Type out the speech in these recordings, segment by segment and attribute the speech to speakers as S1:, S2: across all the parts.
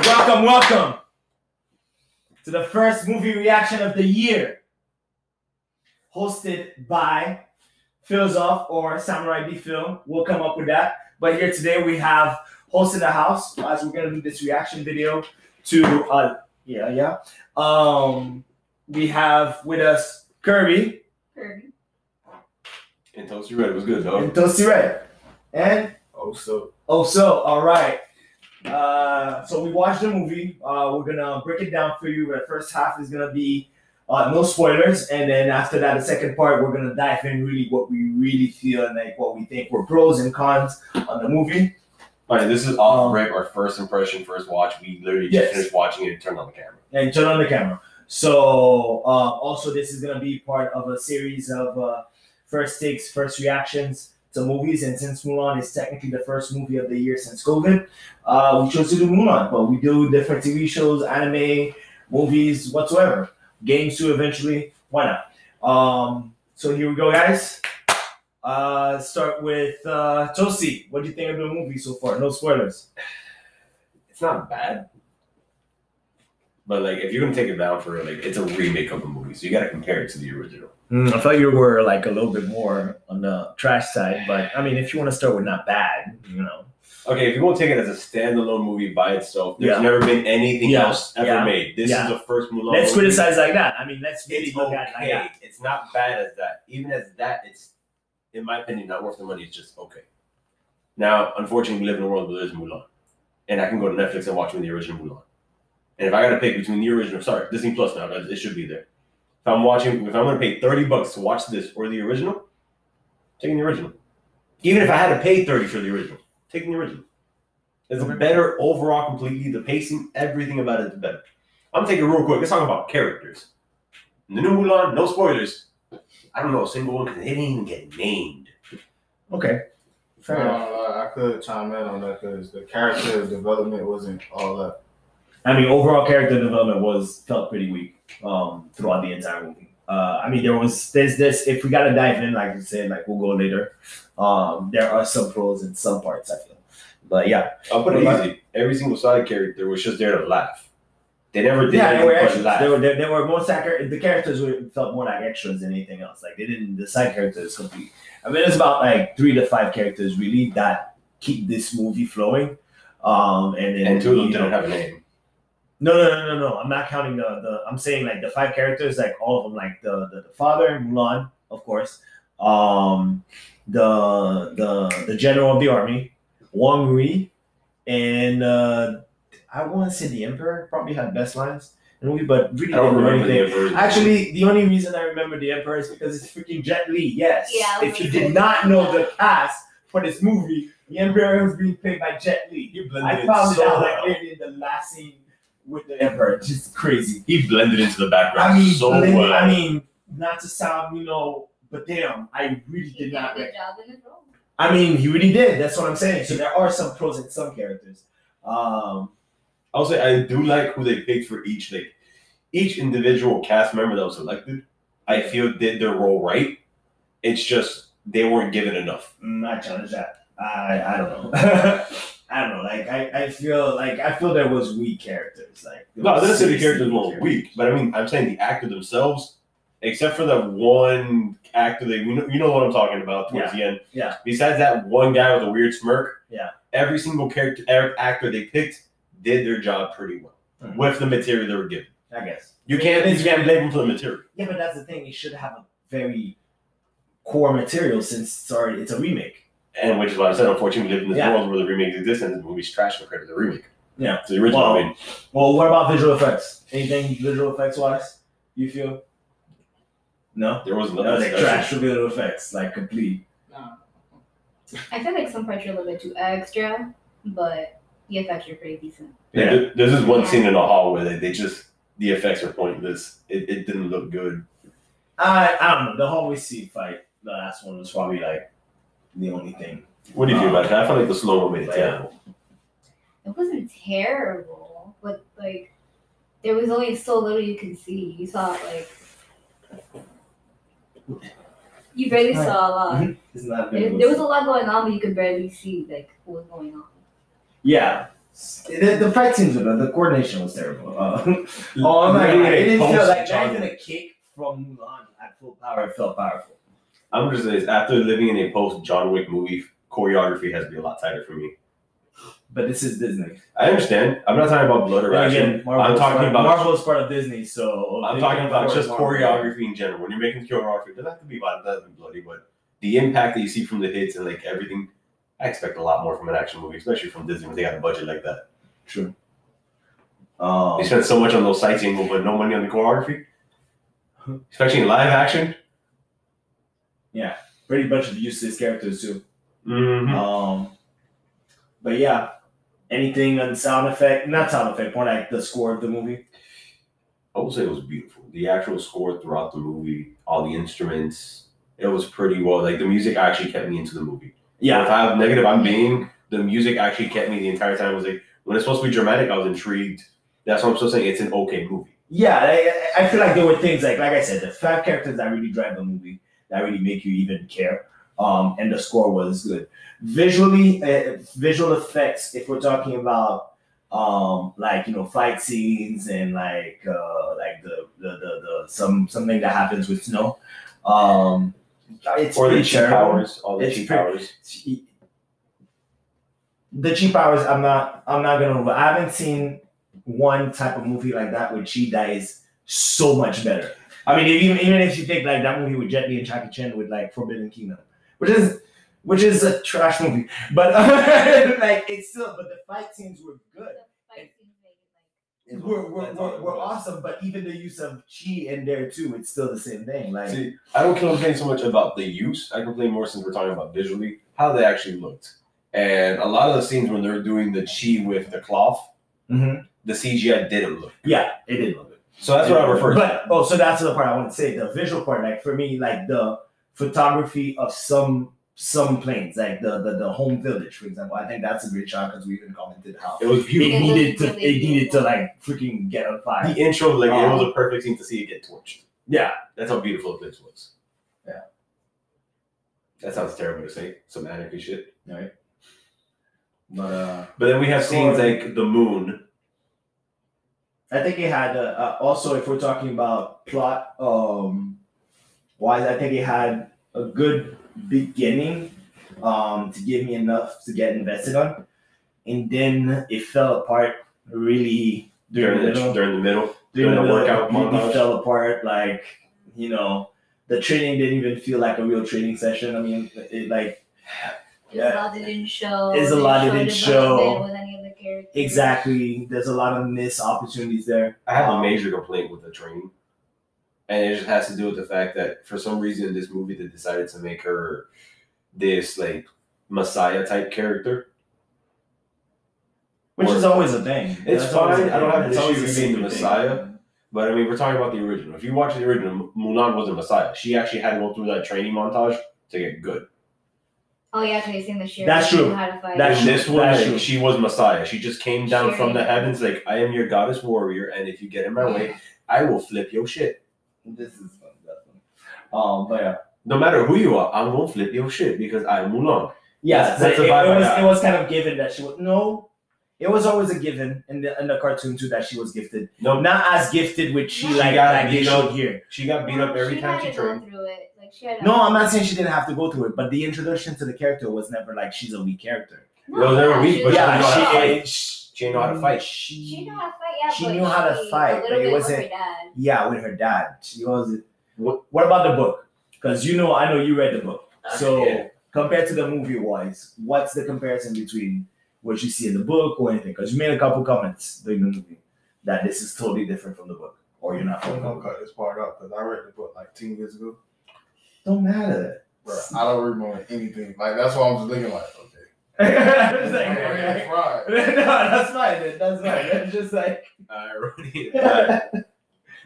S1: Welcome, welcome to the first movie reaction of the year, hosted by Phil's Off or Samurai B Film. We'll come up with that. But here today we have host in the house as we're gonna do this reaction video to uh yeah yeah um we have with us Kirby
S2: Kirby.
S3: And Toast You Ready was good,
S1: and
S3: dog.
S1: Toasty Red and
S3: Oh, so.
S1: Oh, so all right. Uh, so we watched the movie. Uh, we're gonna break it down for you. The first half is gonna be uh, no spoilers, and then after that, the second part, we're gonna dive in really what we really feel and like what we think were pros and cons on the movie.
S3: All right, this is off
S1: Um,
S3: rip, our first impression, first watch. We literally
S1: Yes.
S3: just finished watching it and turned on the camera.
S1: And turn on the camera. So uh, also, this is gonna be part of a series of uh, first takes, first reactions to movies. And since Mulan is technically the first movie of the year since COVID, uh, we chose to do Mulan. But we do different TV shows, anime, movies, whatsoever. Games too, eventually. Why not? Um, so here we go, guys. Uh, start with uh, Tosi. What do you think of the movie so far? No spoilers.
S3: It's not bad. But, like, if you're going to take it down for, like, it's a remake of a movie, so you got to compare it to the original.
S4: Mm, I thought you were like a little bit more on the trash side, but I mean, if you want to start with not bad, you know.
S3: Okay, if you won't take it as a standalone movie by itself, there's
S4: Yeah.
S3: never been anything
S4: Yeah.
S3: else ever
S4: Yeah.
S3: made. This
S4: Yeah.
S3: is the first Mulan
S4: let's
S3: movie.
S4: criticize like that. I mean, let's really
S3: It's
S4: look at it like
S3: okay.
S4: that.
S3: It's not bad as that. Even as that, it's, in my opinion, not worth the money. It's just okay. Now, unfortunately, we live in a world where there's Mulan, and I can go to Netflix and watch me the original Mulan. And if I got to pick between the original, sorry, Disney Plus now, guys, it should be there. If I'm watching, if I'm going to pay thirty bucks to watch this or the original, taking the original. Even if I had to pay thirty for the original, taking the original. It's better overall, completely. The pacing, everything about it is better. I'm taking it real quick. Let's talk about characters. In the new Mulan, no spoilers. I don't know a single one because they didn't even get named.
S4: Okay. Fair
S5: I,
S4: enough.
S5: don't know, I could chime in on that because the character development wasn't all up.
S4: I mean, overall character development was felt pretty weak um, throughout the entire movie. Uh, I mean, there was there's this. If we gotta dive in, like you said, like we'll go later. Um, there are some pros in some parts. I feel, but yeah,
S3: I'll put it
S4: Right.
S3: easy. Every single side character was just there to laugh. They never did
S4: yeah, they
S3: anything
S4: were
S3: but
S4: extras.
S3: laugh.
S4: They were they, they were more sacri- The characters were, felt more like extras than anything else. Like they didn't the side characters complete. I mean, it's about like three to five characters really that keep this movie flowing. Um, and then
S3: and two of them
S4: you know-
S3: didn't have a name.
S4: No, no, no, no, no. I'm not counting the the. I'm saying like the five characters, like all of them, like the the, the father Mulan, of course. Um, the the the general of the army, Wang Rui, and uh, I want to say the emperor probably had best lines in the movie, but
S3: I
S4: really didn't
S3: don't
S4: do
S3: remember
S4: anything.
S3: the original.
S4: Actually, the only reason I remember the emperor is because it's freaking Jet Li. Yes.
S2: Yeah, I
S4: if you
S2: was
S4: did
S2: like-
S4: not know the cast for this movie, the emperor was being played by Jet Li.
S3: he
S4: I
S3: blended
S4: found
S3: it so
S4: it out
S3: well.
S4: like literally in the last scene with the emperor. Just crazy.
S3: He blended into the background
S4: I mean,
S3: so
S4: literally,
S3: well.
S4: I mean, not to sound, you know, but damn, I really did not.
S2: Good job in his role.
S4: I mean, he really did. That's what I'm saying. So there are some pros and some characters. Um,
S3: I'll say I do like who they picked for each like each individual cast member that was selected. I feel did their role right. It's just they weren't given enough.
S4: mm, I challenge that. I I don't know. I don't know. Like I, I feel like I feel there was weak characters. Like there
S3: No, I
S4: was
S3: didn't say the
S4: seriously
S3: characters were weak, but I mean I'm saying the actor themselves, except for that one actor that you know, you know what I'm talking about towards the end.
S4: yeah.
S3: Besides that one guy with a weird smirk.
S4: Yeah.
S3: Every single character every actor they picked did their job pretty well
S4: Mhm.
S3: with the material they were given.
S4: I guess.
S3: You can't you can't blame them for the material.
S4: Yeah, but that's the thing. It should have a very core material since sorry, it's a remake.
S3: And which is why I said, unfortunately, we live in this
S4: Yeah.
S3: world where the remakes exist and the movie's trash compared to the remake.
S4: Yeah.
S3: To the original.
S4: Well,
S3: I mean,
S4: Well, what about visual effects? Anything visual effects wise? You feel? No.
S3: there was
S4: That was
S3: another
S4: like trash for visual effects, like complete.
S2: I feel like some parts are a little bit too extra, but the effects are pretty decent.
S3: Yeah.
S4: Yeah.
S3: there- There's this one
S2: Yeah.
S3: scene in the hall where they, they just, the effects are pointless. It, it didn't look good.
S4: I I don't know. The hallway seat fight, the last one was probably like the only thing.
S3: What do you feel
S4: Nah.
S3: about it? I felt like the slow mo made it
S4: Like,
S3: terrible.
S2: It wasn't terrible, but like there was only so little you can see. You saw like you barely saw a lot.
S4: It's not
S2: There,
S4: good.
S2: there was a lot going on, but you could barely see like what was going on.
S4: yeah. The, the fight scenes were good. The coordination was terrible. Uh,
S3: Oh,
S4: oh my god, it didn't feel
S3: post
S4: like not
S3: China.
S4: even a kick from Mulan at full power. It felt powerful.
S3: I'm just saying, after living in a post John Wick movie, choreography has been a lot tighter for me.
S4: But this is Disney.
S3: I understand. I'm not talking about blood or
S4: Then
S3: action.
S4: again, Marvel
S3: I'm
S4: is
S3: talking
S4: part,
S3: about-
S4: Marvel is part of Disney, so
S3: I'm
S4: they
S3: talking
S4: can
S3: about
S4: afford
S3: just
S4: Marvel.
S3: choreography in general. When you're making choreography, it doesn't have to be violent, it doesn't have to be bloody, but the impact that you see from the hits and like everything, I expect a lot more from an action movie, especially from Disney when they got a budget like that.
S4: True.
S3: They
S4: Um,
S3: spent so much on those sightseeing, moves, but no money on the choreography, especially in live action.
S4: pretty bunch of useless characters too.
S3: Mm-hmm.
S4: Um, but yeah, anything on sound effect? Not sound effect, more like the score of the movie.
S3: I would say it was beautiful. The actual score throughout the movie, all the instruments, it was pretty well. Like the music actually kept me into the movie.
S4: Yeah,
S3: If I have negative, I'm being the music actually kept me the entire time. It was like when it's supposed to be dramatic, I was intrigued. That's what I'm still saying. It's an okay movie.
S4: yeah. I- I, I feel like there were things like, like I said, the five characters that really drive the movie, that really make you even care. Um, and the score was good. Visually, uh, visual effects. If we're talking about um, like you know fight scenes and like uh, like the, the the the some something that happens with snow. Um, it's
S3: or the
S4: pretty
S3: cheap
S4: terrible.
S3: powers, all the
S4: It's
S3: cheap
S4: pre-
S3: powers.
S4: the cheap hours i'm not i'm not gonna i haven't seen one type of movie like that with chi that is so much better i mean even even if you take like that movie with jet li and jackie chan with like forbidden kingdom which is which is a trash movie but like it's still but the fight scenes were good were, were, were, were awesome but even the use of chi in there too it's still the same thing like
S3: See, I don't complain so much about the use. I complain more since we're talking about visually how they actually looked. And a lot of the scenes when they're doing the chi with the cloth,
S4: Mhm.
S3: the CGI didn't look.
S4: yeah it did look
S3: So that's what I refer to.
S4: But oh, so that's the part I want to say. The visual part, like for me, like the photography of some some planes, like the the, the home village, for example. I think that's a great shot because we even commented how
S3: It was
S4: it
S3: beautiful.
S4: needed to
S2: Really
S4: it needed to
S2: beautiful.
S4: like freaking get on fire.
S3: The intro, like it was a perfect scene to see it get torched.
S4: Um, Yeah,
S3: That's how beautiful the place was.
S4: Yeah.
S3: That sounds terrible to say. Some anarchy shit.
S4: but uh,
S3: But then we have scenes
S4: Sure.
S3: like the moon.
S4: I think it had uh, uh, also if we're talking about plot um wise, I think it had a good beginning um to give me enough to get invested on, and then it fell apart really during,
S3: During
S4: the
S3: the,
S4: middle.
S3: during the middle.
S4: during
S3: During
S4: the
S3: the workout
S4: completely
S3: montage.
S4: fell apart. Like you know, the training didn't even feel like a real training session. I mean, it, like
S2: There's a lot they didn't show.
S4: There's a lot they didn't
S2: development
S4: show.
S2: With any of the characters.
S4: exactly, there's a lot of missed opportunities there.
S3: I have
S4: Um,
S3: a major complaint with the train. And it just has to do with the fact that for some reason in this movie they decided to make her this like messiah type character.
S4: Which is always a thing.
S3: It's
S4: That's always a
S3: fine. I don't
S4: thing.
S3: have an
S4: That's
S3: issue
S4: always a
S3: with being
S4: sacred
S3: the
S4: thing.
S3: Messiah. But I mean, we're talking about the original. If you watch the original, Mulan was a messiah. She actually had to go through that training montage to get good.
S2: Oh yeah, because seen the sheriff.
S4: That's
S2: knew
S4: true.
S2: How to fight.
S4: That's
S3: That's
S4: true.
S3: this one,
S4: That's
S3: like,
S4: true.
S3: she was Messiah. She just came down
S2: Sure.
S3: from the heavens, like, I am your goddess warrior, and if you get in my way, I will flip your shit.
S4: This is fun. That's fun. Um, but yeah,
S3: No matter who you are, I'm gonna flip your shit because I'm Mulan.
S4: yeah,
S3: That's- that's
S4: it,
S3: the
S4: it
S3: vibe I
S4: was
S3: got.
S4: it was kind of given that she was no. It was always a given in the in the cartoon too that she was gifted.
S3: No,
S4: Not as gifted with she
S2: She
S4: like
S3: got
S4: like they
S3: beat
S4: showed
S3: up.
S4: here.
S3: she got beat up every
S2: she
S3: time
S2: had
S3: she
S2: to go
S3: trained.
S2: through it. Like she had. to-
S4: No, I'm not saying she didn't have to go through it, but the introduction to the character was never like she's a weak character.
S3: It was every week,
S2: she
S3: but
S2: was
S3: she
S2: a
S3: knew how to
S2: dog.
S3: fight.
S4: she,
S3: She didn't know how to fight.
S2: She
S4: She,
S2: knew how to fight. Yeah,
S4: She
S2: but
S4: knew how to
S2: she-
S4: fight,
S2: A
S4: but
S2: little
S4: it
S2: bit
S4: wasn't-
S2: Her dad.
S4: yeah, with her dad. She was. What, what about the book? Because you know, I know you read the book. So
S3: Yeah.
S4: compared to the movie wise, what's the comparison between what you see in the book or anything? Because you made a couple comments during the movie that this is totally different from the book, or you're not
S5: I'm
S4: from the
S5: gonna
S4: book.
S5: cut this part out because I read the book like ten years ago.
S4: Don't matter.
S5: Bro, I don't remember anything. Like that's why I'm just looking like, okay.
S4: It's like, okay.
S5: It's fried.
S4: no, that's fine. then. That's fine. It's just like
S3: Already. But,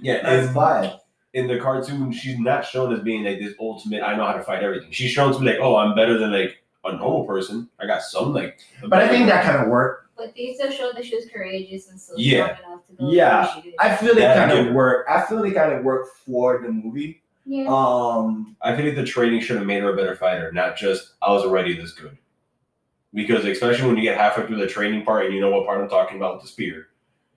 S3: yeah,
S4: that's
S3: in,
S4: fine.
S3: in the cartoon, she's not shown as being like this ultimate, I know how to fight everything. She's shown to be like, oh, I'm better than like a normal person. I got some, like.
S4: But I think that kind of worked.
S2: But they still showed that she was courageous and so
S3: Yeah.
S2: strong enough to go.
S4: Yeah.
S2: through what she did.
S4: I feel it
S3: Yeah, I
S4: kind
S3: get
S4: of
S3: it.
S4: worked. I feel it kind of worked for the movie.
S2: yeah.
S4: Um,
S3: I feel like the training should have made her a better fighter, not just I was already this good. because especially when you get halfway through the training part and you know what part I'm talking about with the spear,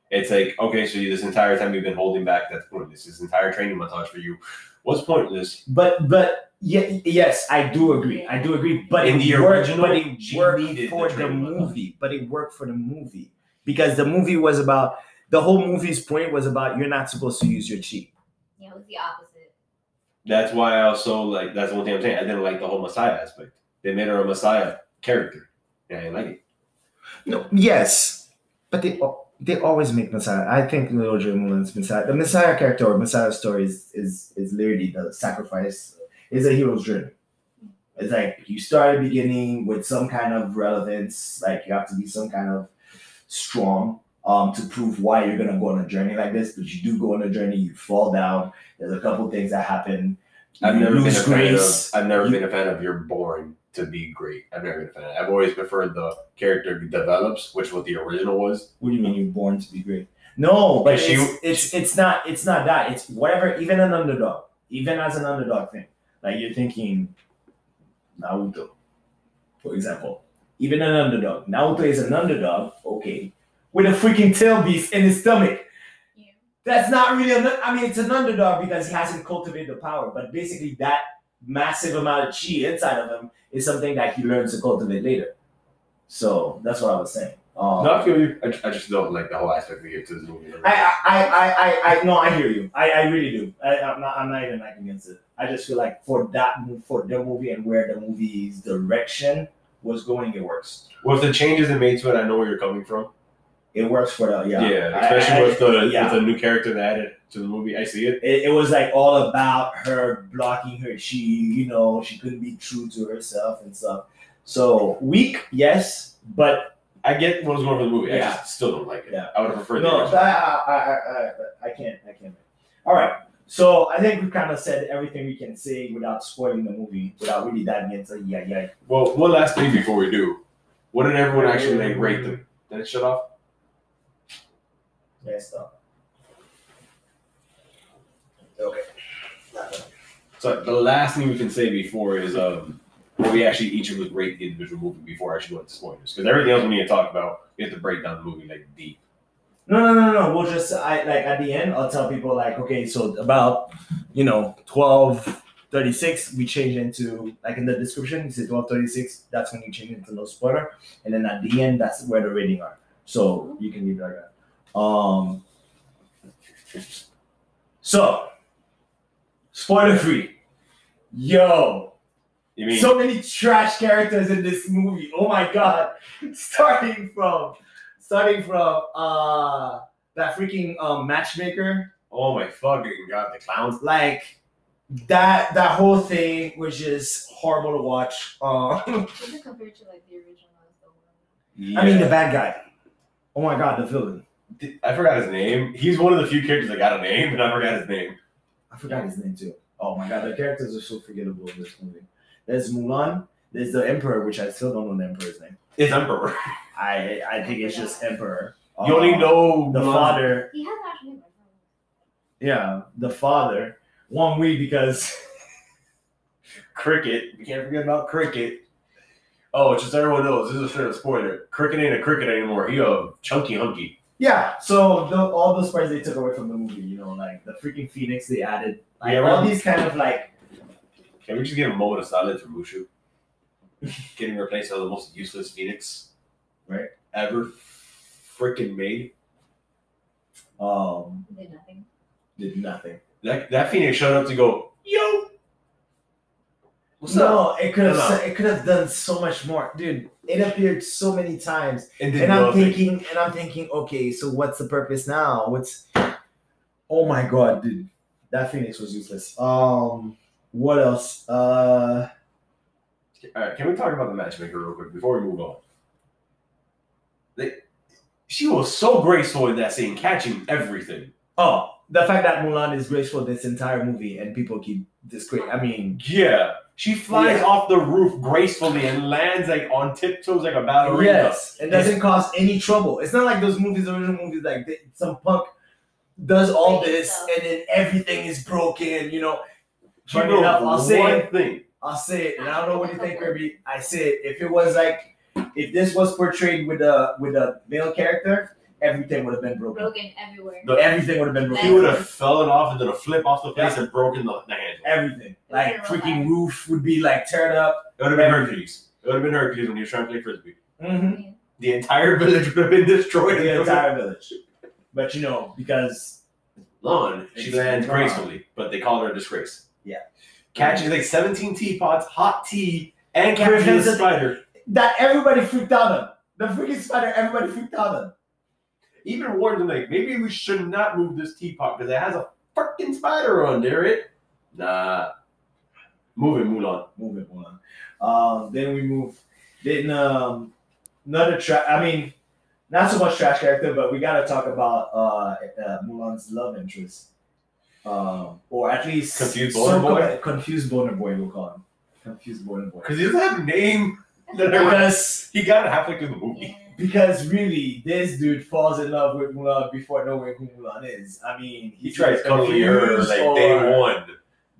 S3: it's like okay, so you, this entire time you've been holding back. That's pointless. This entire training montage for you was pointless.
S4: But but yeah, yes, I do agree. I do agree. But
S3: In
S4: it
S3: the
S4: worked,
S3: original,
S4: but it
S3: she
S4: worked
S3: needed the
S4: for the,
S3: training montage.
S4: movie. But it worked for the movie because the movie was about the whole movie's point was about you're not supposed to use your cheat.
S2: Yeah, it was the opposite.
S3: That's why I also like. That's one thing I'm saying. I didn't like the whole Messiah aspect. They made her a Messiah character. Yeah, I didn't like it.
S4: No, yes, but they al- they always make Messiah. I think Little Dream Woman's Messiah. The Messiah character or Messiah story is is, is literally the sacrifice. Is a hero's journey. It's like you start at the beginning with some kind of relevance. Like you have to be some kind of strong um to prove why you're gonna go on a journey like this. But you do go on a journey. You fall down. There's a couple things that happen.
S3: I've
S4: you
S3: never been a
S4: lose
S3: fan
S4: grace.
S3: of. I've never
S4: You-
S3: been a fan of you're born to be great. I've never been a fan. Of, I've always preferred the character develops, which what the original was.
S4: What do you mean you're born to be great? No, but
S3: Because
S4: it's,
S3: you-
S4: it's it's not it's not that. It's whatever. Even an underdog, even as an underdog thing, like you're thinking Naruto, for example. Even an underdog. Naruto is an underdog. Okay, with a freaking tail beast in his stomach.
S2: Yeah.
S4: That's not really. An, I mean, it's an underdog because he hasn't cultivated the power. But basically, that massive amount of chi inside of him is something that he learns to cultivate later. So that's what I was saying. Um,
S3: No, I feel you. I, ju- I just don't like the whole aspect of it to this movie.
S4: I, I, I, I, I, no, I hear you. I, I really do. I, I'm not, I'm not even like against it. I just feel like for that, mo- for the movie and where the movie's direction was going, it works.
S3: Well, if the changes it made to it, I know where you're coming from.
S4: It works for the, yeah.
S3: Yeah,
S4: I-
S3: especially
S4: I-
S3: with the
S4: yeah.
S3: with the new character they added to the movie. I see it.
S4: It, it was like all about her blocking her. She, you know, she couldn't be true to herself and stuff. So weak, yes, but
S3: I get what was going on for the movie. I
S4: Yeah.
S3: just still don't like it.
S4: Yeah.
S3: I would have preferred the
S4: no, I,
S3: original.
S4: I, I, I, I can't, I can't. All right. So I think we've kind of said everything we can say without spoiling the movie, without really diving into yeah, yeah,
S3: Well, one last thing before we do. What did everyone actually like, rate them? Did it shut off?
S4: yeah stuff. Okay.
S3: So the last thing we can say before is um what we actually each of us rate the individual movie before actually going to spoilers. Because everything else we need to talk about, we have to break down the movie like deep.
S4: No, no, no, no. We'll just I like at the end I'll tell people like okay, so about you know twelve thirty six we change into like in the description you say twelve thirty six. That's when you change into no spoiler, and then at the end that's where the rating are. So you can leave it like that. Um. So, spoiler free. Yo,
S3: You mean
S4: so many trash characters in this movie. Oh my god. Starting from starting from uh that freaking um matchmaker.
S3: oh my fucking god, the clowns.
S4: Like that that whole thing was just horrible to watch. Um
S2: Was it compared to like the original? I was the one.
S4: I mean the
S3: Yeah.
S4: bad guy. Oh my god, the villain.
S3: I forgot his name. He's one of the few characters that got a name, and I forgot his name.
S4: I forgot his name too. Oh my god, the characters are so forgettable in this movie. There's Mulan, there's the Emperor, which I still don't know the Emperor's name.
S3: It's Emperor.
S4: I I think it's just Emperor.
S3: You only
S4: Um,
S3: know
S4: the father
S2: He has an actual name. I don't know.
S4: Yeah, the father. One week because
S3: cricket. We can't forget about cricket. Oh, just everyone knows this is straight up spoiler. Cricket ain't a cricket anymore. He a chunky hunky.
S4: yeah. So the, all those parts they took away from the movie, you know, like the freaking phoenix they added, like
S3: Yeah,
S4: all
S3: right.
S4: these kind of like
S3: Can we just give a moment of silence for Mushu? Getting replaced by the most useless phoenix,
S4: Right.
S3: Ever freaking made.
S4: um
S2: He did nothing.
S4: did nothing.
S3: That that phoenix showed up to go yo. What's up?
S4: no, it could have
S3: No, no.
S4: it could have done so much more, dude. It appeared so many times,
S3: And, did
S4: and I'm
S3: nothing.
S4: thinking, and I'm thinking, okay, so what's the purpose now? What's oh my god, dude, that phoenix was useless. Um, what else? Uh.
S3: All right, can we talk about the matchmaker real quick before we move on? They, she was so graceful in that scene, catching everything.
S4: Oh, the fact that Mulan is graceful this entire movie and people keep discreet. I mean,
S3: Yeah, she flies
S4: Yeah.
S3: off the roof gracefully and lands like on tiptoes like a ballerina.
S4: yes, it doesn't cause any trouble. It's not like those movies, original movies, like they, some punk does all this and then everything is broken. You know,
S3: She
S4: Funny
S3: knows
S4: enough, I'll
S3: one
S4: say
S3: thing.
S4: I'll say it, and I don't know what you think, Kirby. I say it. If it was like If this was portrayed with a with a male character, everything would have been broken.
S2: Broken everywhere.
S3: No,
S4: Everything would have been
S3: He
S4: broken.
S3: would have fallen off and done a flip off the place and broken the, the handle.
S4: Everything.
S2: Like,
S4: Like freaking roof would be like turned up.
S3: It would have been Hercules. It would have been Hercules when he was trying to play frisbee.
S4: Mm-hmm.
S3: The entire village would have been destroyed.
S4: The entire village. But you know, because
S3: Lawn. She
S4: It's
S3: lands
S4: gone.
S3: gracefully, but they call her a disgrace.
S4: Yeah.
S3: Catches like 17 teapots, hot tea, and
S4: Yeah,
S3: catches a
S4: because-
S3: spider.
S4: that everybody freaked out on. The freaking spider, everybody freaked out on.
S3: Even warned them like maybe we should not move this teapot because it has a fucking spider on there. It. Nah. Move it, Mulan.
S4: Move it on. Um, then we move. Then um, another trash. I mean, not so much trash character, but we gotta talk about uh, uh Mulan's love interest, um, or at least
S3: Confused
S4: some
S3: boner boy?
S4: kind- confused boner boy. We'll call him confused boner boy.
S3: Because he doesn't have a name. That I read.
S4: Because
S3: He got it halfway through the movie.
S2: Yeah.
S4: because really, this dude falls in love with Mulan before knowing who Mulan is. I mean,
S3: He
S4: he's
S3: tries
S4: either
S3: cuddling her
S4: confused
S3: like
S4: or-
S3: day one.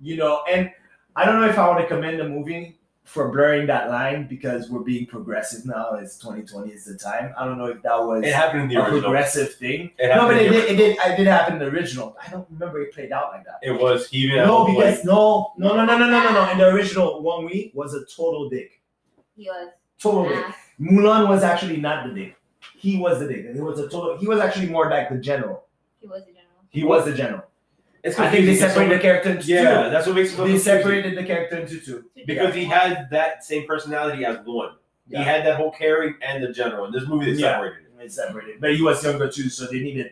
S4: you know and i don't know if i want to commend the movie for blurring that line because we're being progressive now it's 2020 is the time i don't know if that was
S3: It happened in the
S4: a
S3: original. It
S4: progressive thing no
S3: happened
S4: but
S3: in
S4: it
S3: the
S4: did,
S3: original.
S4: it did it did happen in the original i don't remember it played out like that
S3: It was he even
S4: no
S3: had a
S4: because no no no no no no no no in the original one we was a total dick
S2: He was
S4: total
S2: an
S4: dick
S2: ass.
S4: mulan was actually not the dick he was the dick and he was a total he was actually more like the general
S2: He was a general.
S4: he was the general
S3: It's
S4: i think they
S3: confusing.
S4: separated the character into
S3: Yeah, that's what makes
S4: two
S3: it so
S4: they
S3: confusing.
S4: separated the character into two
S3: because he had that same personality as one.
S4: Yeah.
S3: He had that whole caring and the general. In this movie, they
S4: Yeah.
S3: separated it.
S4: They separated. But he was younger too, so they needed,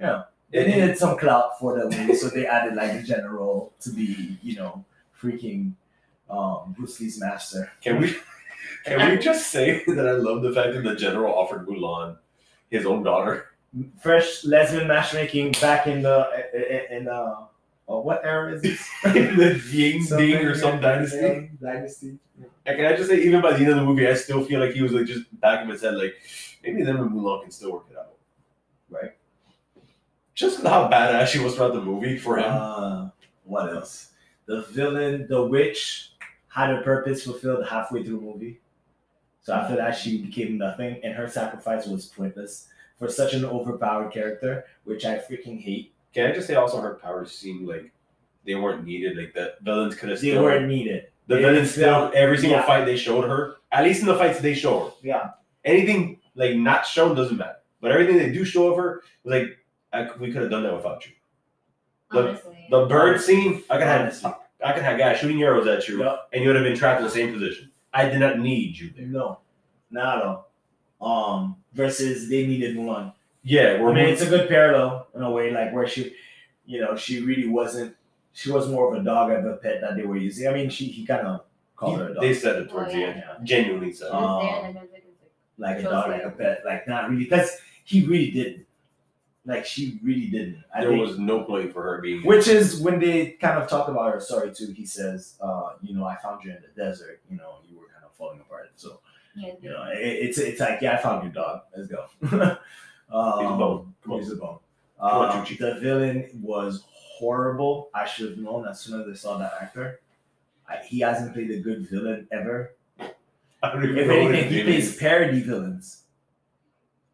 S4: you know, they
S3: They
S4: needed some clout for the movie, so they added like the general to be, you know, freaking um, Bruce Lee's master.
S3: Can we? Can we just say that I love the fact that the general offered Mulan his own daughter?
S4: Fresh lesbian matchmaking back in the i- i- in uh, oh, what era is this?
S3: in the Ying Ding or some dynasty.
S4: Dynasty. Dynasty.
S3: And can I just say, even by the end of the movie, I still feel like he was like just back of his head, like maybe them and Mulan can still work it out,
S4: Right.
S3: Just how badass she was throughout the movie for him.
S4: Uh, what else? The villain, the witch, had her purpose fulfilled halfway through the movie. So after that, she became nothing, and her sacrifice was pointless for such an overpowered character, which I freaking hate.
S3: Can I just say also her powers seemed like they weren't needed. Like the villains could have
S4: They
S3: still
S4: weren't needed.
S3: the
S4: they
S3: villains still
S4: felt-
S3: every single
S4: yeah.
S3: fight they showed her. At least in the fights they show her.
S4: Yeah.
S3: Anything like not shown doesn't matter. But everything they do show of her, like I, we could have done that without you. The-
S2: Honestly.
S3: The bird scene, I could have
S4: Honestly.
S3: I could have guys shooting arrows at you,
S4: Yup.
S3: and you would have been trapped in the same position. I did not need you there.
S4: No, not at all. Um, versus they needed Mulan.
S3: Yeah, we're
S4: I mean, it's a good parallel in a way, like where she, you know, she really wasn't. She was more of a dog of a pet that they were using. I mean, she he kind of called her a dog.
S3: they said it towards
S2: Oh,
S3: the
S2: yeah.
S3: end. Genuinely said
S2: He
S3: it.
S2: was there
S4: um,
S2: and then everything was like,
S4: like a
S2: Chose
S4: dog,
S2: me.
S4: like a pet, like not really. Because he really didn't. Like she really didn't. I
S3: there
S4: think,
S3: was no point for her being
S4: which is when they kind of talk about her story too. He says, uh, you know, I found you in the desert. You know, you were kind of falling apart. So
S2: yeah,
S4: you know, it, it's it's like yeah, I found your dog. Let's go. um,
S3: He's a bone. Come on.
S4: he's a bone.
S3: Come on,
S4: Um,
S3: Chuchi.
S4: the villain was horrible. I should have known as soon as I saw that actor. I, he hasn't played a good villain ever.
S3: I don't even
S4: If
S3: know what
S4: anything,
S3: his
S4: he
S3: name
S4: plays
S3: is.
S4: parody villains.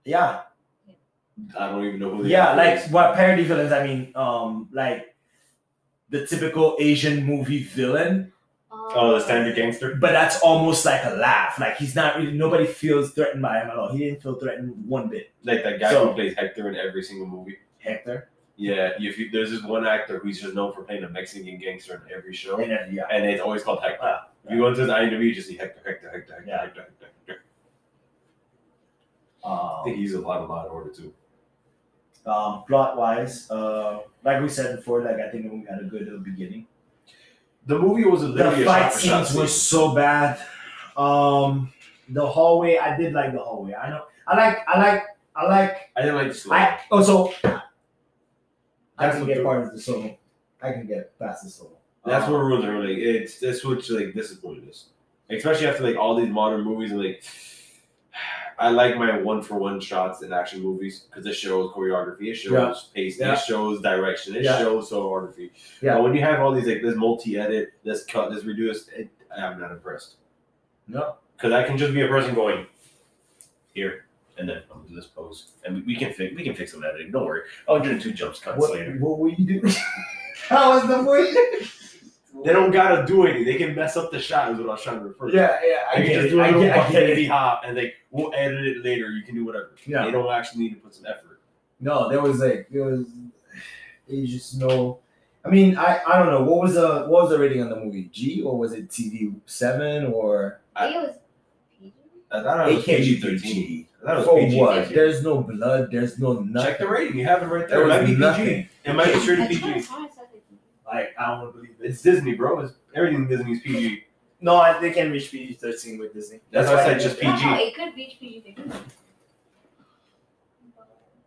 S4: Yeah,
S3: I don't even know who the
S4: yeah,
S3: actor
S4: like
S3: is.
S4: what parody villains? I mean, um, like the typical Asian movie villain,
S3: Oh, the
S2: Um,
S3: standard gangster.
S4: but that's almost like a laugh. Like he's not really nobody feels threatened by him at all. He didn't feel threatened one bit.
S3: Like that guy
S4: So-
S3: who plays Hector in every single movie.
S4: Hector
S3: Yeah, if you, there's this one actor who's just known for playing a Mexican gangster in every show,
S4: and then, yeah,
S3: and it's always called Hector.
S4: Ah,
S3: You go into his IMDb, you just see Hector, Hector, Hector, Hector,
S4: Yeah.
S3: Hector, Hector, Hector. I think
S4: um,
S3: he uses a lot of Law and Order too.
S4: um, plot wise, uh, like we said before, like I think we had a good uh, beginning.
S3: The movie was
S4: The
S3: literally a
S4: fight
S3: shot for shot
S4: scenes were
S3: scene.
S4: so bad. Um, the hallway, I did like the hallway. I know, I like, I like, I like.
S3: I didn't like the slow.
S4: I also I
S3: That's
S4: can
S3: what
S4: get
S3: the-
S4: part of the solo. I can get past the solo.
S3: That's
S4: Um,
S3: what ruins it. Really, it's that's what like disappointed us, especially after like all these modern movies and like. I like my one for one shots in action movies because it shows choreography, it shows
S4: Yeah.
S3: pace,
S4: Yeah.
S3: it shows direction, it
S4: Yeah.
S3: shows choreography.
S4: Yeah.
S3: But when you have all these like this multi edit, this cut, this reduce, it, I'm not impressed
S4: no.
S3: because I can just be a person going here, and then I'm gonna do this pose, and we, we can fix we can fix some editing. Don't worry, I'll do two jumps cuts
S4: What,
S3: later.
S4: what were you doing? How was the movie?
S3: They don't gotta do anything. They can mess up the shot. Is what I was trying to refer. to.
S4: Yeah, yeah, I
S3: I can
S4: get
S3: just
S4: it.
S3: do a
S4: I
S3: little
S4: get, I get it.
S3: buffet hop, and like we'll edit it later. You can do whatever.
S4: Yeah.
S3: They don't actually need to put some effort.
S4: No, there was like there was it just no. I mean, I I don't know what was the what was the rating on the movie G or was it TV seven or
S2: I think it was PG.
S3: I thought it
S4: it
S3: was
S4: can't be
S3: PG thirteen.
S4: PG.
S3: I thought it
S4: For
S3: was PG
S4: what?
S3: thirteen.
S4: There's no blood. There's no nothing.
S3: Check the rating. You have it right
S4: There
S3: there. It might
S4: was
S3: be PG.
S4: nothing.
S3: It might be
S2: I
S3: straight
S2: think I
S3: PG.
S2: saw it, so I think-
S6: Like I don't wanna believe it.
S3: It's Disney, bro. It's, everything Disney's PG.
S6: No, I they can reach PG thirteen with Disney.
S3: That's why I said just
S2: No, no,
S3: PG.
S2: it could be PG. They could.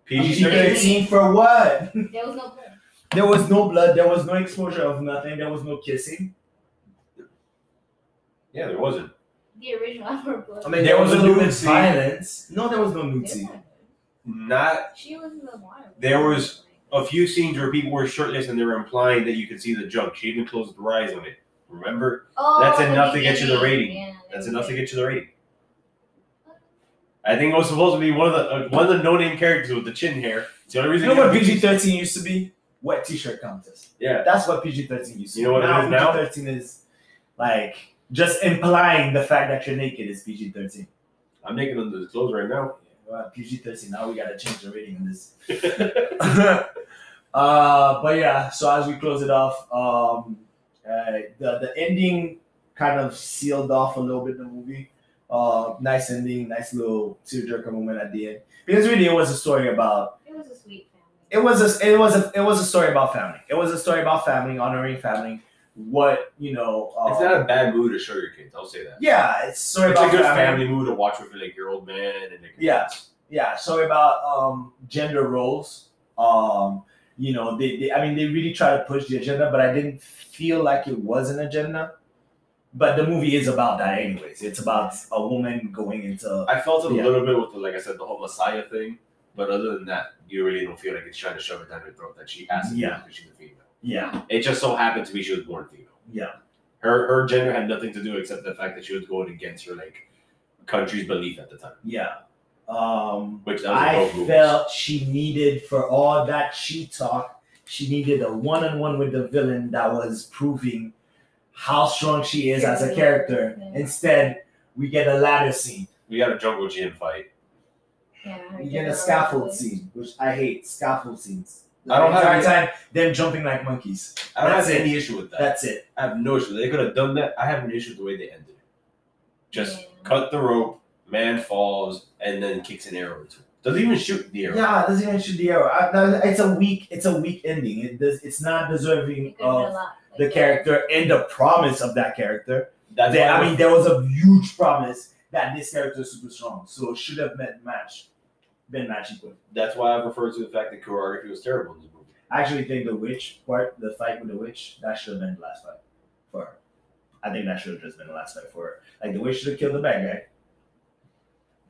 S3: PG
S2: PG-13.
S3: thirteen.
S4: thirteen for what?
S2: There
S4: There was
S2: was no blood.
S4: no blood. There was no exposure of nothing. There was no kissing.
S3: Yeah, there wasn't.
S2: The original Amber blood.
S4: I mean,
S3: There
S4: there
S3: was
S4: was a
S3: a
S4: little
S3: nude
S4: bit
S3: scene.
S4: violence. No, there was no nude
S2: There's
S4: scene.
S2: not blood.
S3: Not
S2: She was in the water.
S3: There was-
S4: oh,
S3: a few scenes where people were shirtless and they were implying that you could see the junk. She even closed her eyes on it. Remember?
S2: Oh,
S3: That's
S2: the
S3: enough to get you the
S2: beginning.
S3: rating.
S2: Yeah, that
S3: That's
S2: was
S3: enough to
S2: it.
S3: get you the rating. I think it was supposed to be one of the uh, one of the no name characters with the chin hair. It's the only
S4: You
S3: reason.
S4: know
S3: it
S4: what
S3: got
S4: PG thirteen used to be? Wet T-shirt contest.
S3: Yeah.
S4: That's what PG thirteen used to.
S3: You know what it
S4: be.
S3: is now?
S4: PG thirteen is like just implying the fact that you're naked is PG thirteen.
S3: I'm naked under the clothes right now.
S4: PG thirteen. Now we gotta change the rating on this. uh, but yeah. So as we close it off, um, uh, the the ending kind of sealed off a little bit the movie. Uh, nice ending, nice little tearjerker moment at the end. Because really, it was a story about
S2: It was a sweet family.
S4: it was a it was a it was a story about family. It was a story about family, honoring family. What you know? Uh,
S3: It's not a bad mood to show your kids. I'll say that.
S4: yeah, it's a story
S3: It's a
S4: about
S3: good
S4: family.
S3: family mood to watch with like your old man and like
S4: Yeah. Yeah, story about um gender roles. Um, you know, they, they I mean they really try to push the agenda, but I didn't feel like it was an agenda. But the movie is about that, anyways. It's about a woman going into
S3: I felt it
S4: Yeah.
S3: a little bit with the, like I said, the whole Messiah thing, but other than that, you really don't feel like it's trying to shove it down your throat that she has to
S4: Yeah.
S3: be because she's a female.
S4: yeah,
S3: It just so happened to be she was born female.
S4: Yeah.
S3: Her her gender had nothing to do except the fact that she was going against her like country's belief at the time,
S4: yeah. Um,
S3: which that was a
S4: I
S3: bold move.
S4: felt she needed, for all that she talk, she needed a one-on-one with the villain that was proving how strong she is as a character.
S2: Yeah.
S4: Instead, we get a ladder scene,
S3: We got a jungle gym fight.
S2: Yeah,
S4: we get
S2: yeah.
S4: a scaffold scene, which I hate scaffold scenes.
S3: I don't
S4: the entire
S3: have
S4: time them jumping like monkeys.
S3: I don't
S4: That's
S3: have
S4: it.
S3: any issue with that.
S4: That's it.
S3: I have no issue. They could have done that. I have an issue with the way they ended it. Just
S2: Yeah.
S3: cut the rope, man falls, and then kicks an arrow into it. Doesn't even shoot the arrow.
S4: Yeah, it doesn't even shoot the arrow. I- no, It's a weak. It's a weak ending. It does. It's not
S2: It
S4: deserving
S2: could have been a
S4: of
S2: lot.
S4: the
S2: Like,
S4: character and the promise of that character.
S3: That's
S4: There-
S3: why
S4: I mean, there was a huge promise that this character is super strong, so it should have met match, been match equal.
S3: That's why I refer to the fact that choreography was terrible in this movie.
S4: I actually think the witch part, the fight with the witch, that should have been the last fight for her. I think that should have just been the last fight for her. Like the witch should have killed the bad guy,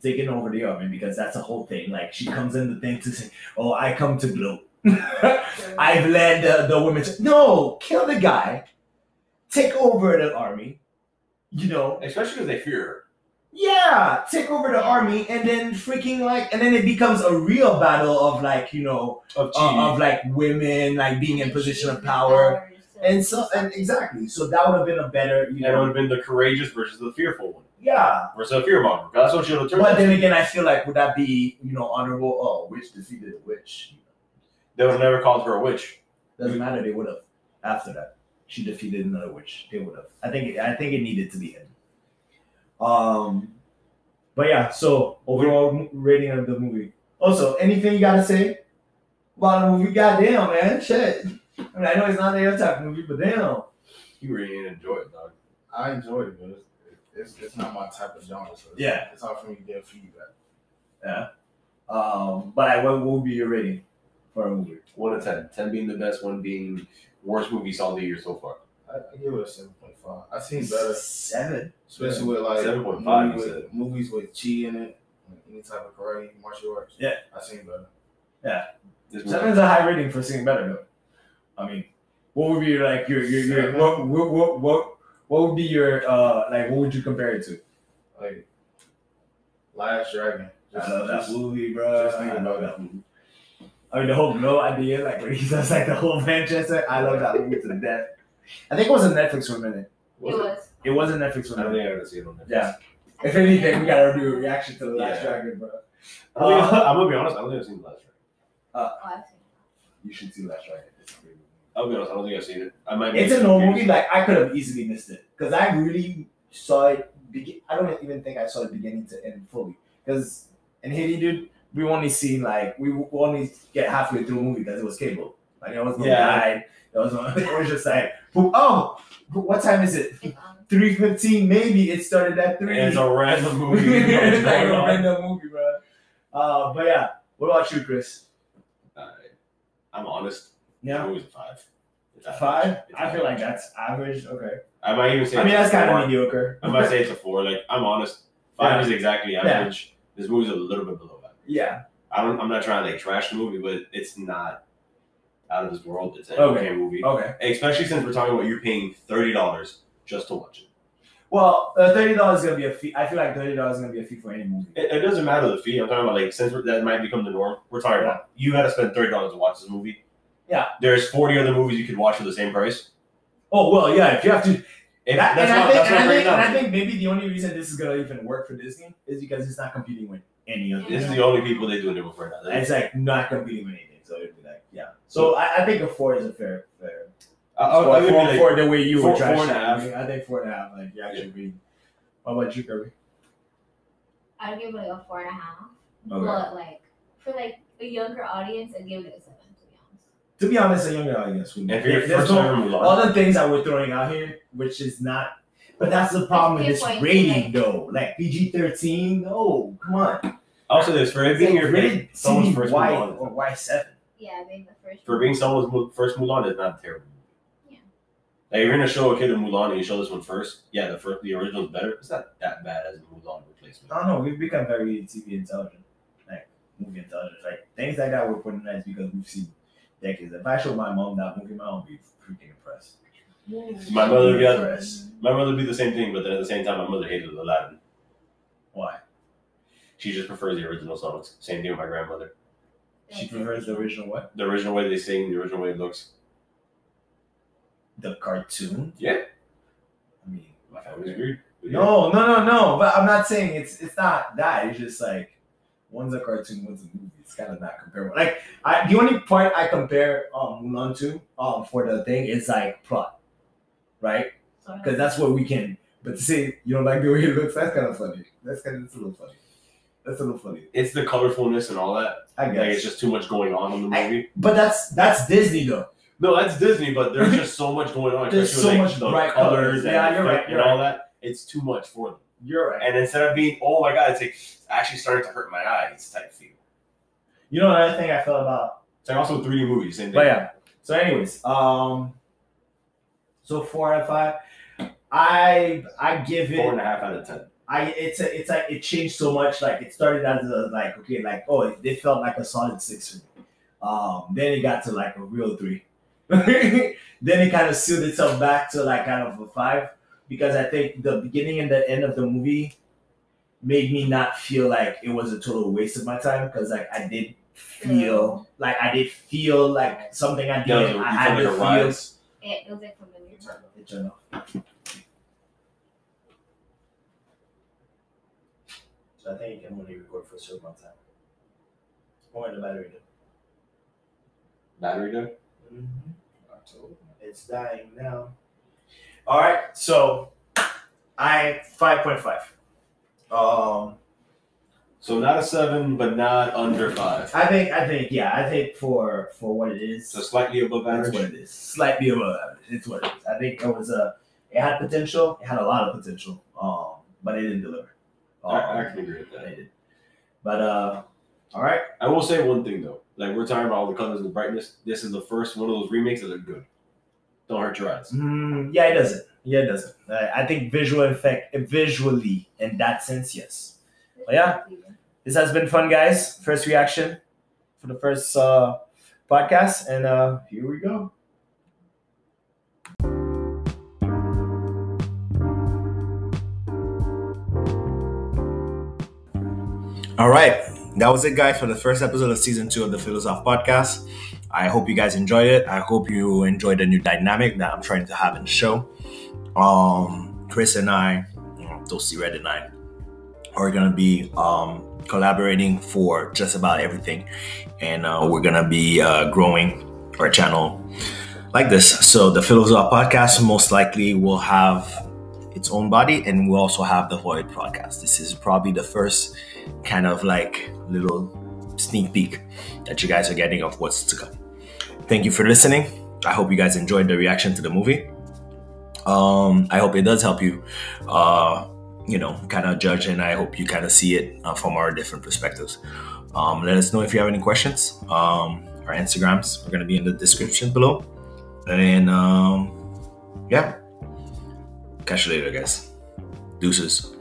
S4: taken over the army because that's the whole thing. Like she comes in the thing to say, "Oh, I come to blow."
S2: character.
S4: I've led the, the women to no kill the guy, take over the army. You know,
S3: Especially because they fear her.
S4: Yeah, take over the army and then freaking like, and then it becomes a real battle of like, you know,
S3: Of cheating.
S4: uh, of like women like being in position of power. And so, and exactly, so that would have been a better, you
S3: and it would
S4: know,
S3: have been the courageous versus the fearful one.
S4: yeah.
S3: Versus the fear monger. That's what she would have turned
S4: But
S3: out.
S4: then again, I feel like would that be, you know, honorable? Oh, witch defeated the witch.
S3: They would have never called her a witch.
S4: Doesn't matter. They would have after that. She defeated another witch. They would have. I think. I think it needed to be ended. Um, but yeah. So overall m- rating of the movie. Also, anything you gotta say about the movie? Goddamn, man, shit. I mean, I know it's not the type of movie, but damn.
S3: You really didn't enjoy it, dog.
S5: I enjoyed it, but it's, it's, it's not my type of genre. So it's-
S4: Yeah.
S5: it's hard for me to get feedback.
S4: Um, but I, what would be your rating for a movie?
S3: One to ten. Ten being the best, one being worst movie you saw of the year so far.
S5: I, I give it a seven point five. I seen better,
S4: Seven.
S5: especially with like
S3: 7.5,
S5: movies
S3: you
S5: with, movies with chi in it, like any type of karate, martial arts.
S4: Yeah.
S5: I seen better.
S3: This movie-
S4: Seven's a high rating for seeing better though. I mean, what would be your, like your your, your what, what what what what would be your uh like what would you compare it to?
S5: Like Last Dragon.
S4: I love that movie, bro.
S5: just think
S4: I
S5: about
S4: love that movie. I mean, the whole glow idea, like when he does like the whole Manchester. I love that movie to death. I think it was on Netflix for a minute.
S2: It was.
S4: It was on Netflix for
S3: I
S4: a
S3: don't
S4: minute.
S3: think I ever see it on Netflix.
S4: Yeah. If anything, we gotta do a reaction to the Last
S3: Yeah.
S4: Dragon, bro.
S3: I don't think-
S4: Uh,
S3: I'm gonna be honest. I don't think I've seen the last one.
S2: Oh, I've seen
S4: you should see Last Dragon. It's a great movie.
S3: I'll be honest. I don't think I've seen it. I might. be
S4: It's a normal movie.
S3: confused.
S4: Like I could have easily missed it because I really saw it. Be- I don't even think I saw it beginning to end fully. Because in Haiti, dude, we only seen like we w- only get halfway through a movie because it was cable. Like there was no
S3: Yeah.
S4: guide. There was no. It was just like, oh, what time is it?
S2: it. It's on.
S4: Three fifteen. Maybe it started at three.
S3: And It's a random movie. you know what's
S4: It's like
S3: going
S4: a
S3: on.
S4: random movie, bro. Uh, but yeah. What about you, Chris?
S3: Alright. Uh, I'm honest.
S4: Yeah.
S3: I'm always a five. It's average.
S4: Five.
S3: It's
S4: I feel like
S3: average.
S4: that's average. Okay.
S3: I might even say.
S4: I mean,
S3: it's
S4: that's
S3: a
S4: kind
S3: four.
S4: of mediocre.
S3: I might say it's a four. Like I'm honest. Five is exactly average. This movie's a little bit below average.
S4: Yeah.
S3: I don't. I'm not trying to like trash the movie, but it's not out of this world. It's an
S4: Okay.
S3: okay, movie,
S4: Okay.
S3: especially since we're talking about you paying thirty dollars just to watch it.
S4: Well, uh, thirty dollars is gonna be a fee. I feel like thirty dollars is gonna be a fee for any movie.
S3: it. It doesn't matter the fee. I'm talking about like since we're, that might become the norm. We're talking about you got to spend thirty dollars to watch this movie.
S4: Yeah.
S3: There's forty other movies you could watch for the same price.
S4: Oh well, yeah. If you have to,
S3: If,
S4: and I,
S3: that's
S4: and
S3: not
S4: I think,
S3: that's
S4: and
S3: not
S4: I
S3: great
S4: think, and
S3: enough.
S4: I think maybe the only reason this is gonna even work for Disney is because it's not competing with any of
S3: This
S4: this.
S3: is the only people they do it with right now.
S4: It's like not competing with anything, so it'd be like, yeah. So I, I think a four is a fair, fair.
S3: I, I, I
S4: score
S3: would
S4: for,
S3: be like,
S4: for the way you
S3: four-
S4: were trash
S3: four and a half.
S4: talking me, I think four and a half. Like you actually read. What about you, Kirby?
S2: I'd give it like a four and a half.
S4: Okay.
S2: But like for like a younger audience, I'd give it a seven to be honest.
S4: to be honest, a younger audience would.
S3: if you're
S4: there's
S3: first
S4: no-
S3: time from Mulan,
S4: all the things that we're throwing out here, which is not. But that's the problem with this
S2: Pinpoint,
S4: rating,
S2: like-
S4: though. Like PG thirteen. No, come on.
S3: I'll say this for it being your
S4: rated
S3: someone's
S4: TV
S3: first
S4: Y
S3: Mulan.
S4: or Y seven.
S2: Yeah, being the first.
S3: for
S2: one.
S3: being someone's mu- first Mulan is not terrible.
S2: Yeah.
S3: Like if you're gonna show a kid a Mulan and you show this one first, yeah, the first the original's better. It's not that bad as a Mulan replacement.
S4: I don't know. We've become very TV intelligent, like movie intelligent, like things like that. We're putting nice because we've seen decades. If I showed my mom that movie, my mom would be freaking impressed.
S3: My mother would be like-
S4: Impressed.
S3: my mother would do the same thing, but then at the same time, my mother hated Aladdin.
S4: Why?
S3: She just prefers the original songs. Same thing with my grandmother.
S4: She prefers the original what?
S3: The original way they sing, the original way it looks.
S4: The cartoon.
S3: Yeah.
S4: I mean,
S3: My family's weird.
S4: No, no, no, no. But I'm not saying it's it's not that. It's just like one's a cartoon, one's a movie. It's kind of not comparable. Like I, the only part I compare um Mulan to um for the thing is like plot, right?
S2: Sorry.
S4: Because that's what we can. But to say you don't like the way it looks, that's kind of funny. That's kind of that's a little funny. That's a little funny.
S3: It's the colorfulness and all that.
S4: I
S3: Like it's
S4: guess.
S3: just too much going on in the
S4: I-
S3: movie.
S4: But that's that's Disney though.
S3: No, that's Disney, but there's just so much going on.
S4: There's
S3: especially
S4: so
S3: with,
S4: much
S3: like, the
S4: bright
S3: colors,
S4: colors.
S3: and,
S4: Yeah, you're
S3: effect
S4: right, you're
S3: and all that. It's too much for them.
S4: You're right.
S3: And instead of being, oh my god, it's like it's actually starting to hurt my eyes type feel.
S4: You know another thing I felt about
S3: It's like also 3D movies, same thing.
S4: But yeah. So, anyways, um, so four out of five. I I give
S3: Four
S4: it.
S3: and a half out of ten.
S4: I it's a, it's like it changed so much. Like it started as a like okay, like oh, it, they felt like a solid six for me. Um, then it got to like a real three. then it kind of sealed itself back to like kind of a five because I think the beginning and the end of the movie made me not feel like it was a total waste of my time because like I did
S3: Mm.
S4: feel like I did feel like something I
S3: Yeah,
S4: did.
S3: you
S4: I
S3: feel
S4: had
S3: like
S4: to
S3: a
S4: feel.
S3: rise.
S2: It was like familiar.
S4: It turned off. So I think you can only record for a certain amount of time. Or the battery.
S3: Battery though?
S4: Mm-hmm. It's dying now. All right, so I five point five.
S5: Oh,
S4: Um,
S3: So not a seven, but not under five.
S4: I think I think yeah, I think for for what it is,
S3: So slightly above
S4: That's what
S3: average.
S4: it is. Slightly above average. It's what it is. I think it was a. It had potential. It had a lot of potential. Um, but it didn't deliver. Um,
S3: I, I can agree with that.
S4: it did. But uh, all right.
S3: I will say one thing though. Like we're talking about all the colors and the brightness. This is the first one of those remakes that are good. Don't hurt your eyes.
S4: Mm, yeah, it doesn't. Yeah, it doesn't. I, I think visual effect, visually, in that sense, yes. But Oh, yeah. This has been fun, guys. First reaction for the first uh, podcast, and uh, here we go. All right. That was it, guys, for the first episode of season two of the Philosoph podcast. I hope you guys enjoyed it. I hope you enjoyed the new dynamic that I'm trying to have in the show. Um, Chris and I, Dossi Red and I, are going to be um, collaborating for just about everything. And uh, we're going to be uh, growing our channel like this. So, the Philosoph podcast most likely will have its own body, and we also have the Void podcast. This is probably the first kind of like little sneak peek that you guys are getting of what's to come. Thank you for listening. I hope you guys enjoyed the reaction to the movie. Um, I hope it does help you, uh, you know, kind of judge, and I hope you kind of see it uh, from our different perspectives. Um, let us know if you have any questions. Um, our Instagrams are going to be in the description below. And um, yeah, catch you later, guys. Deuces.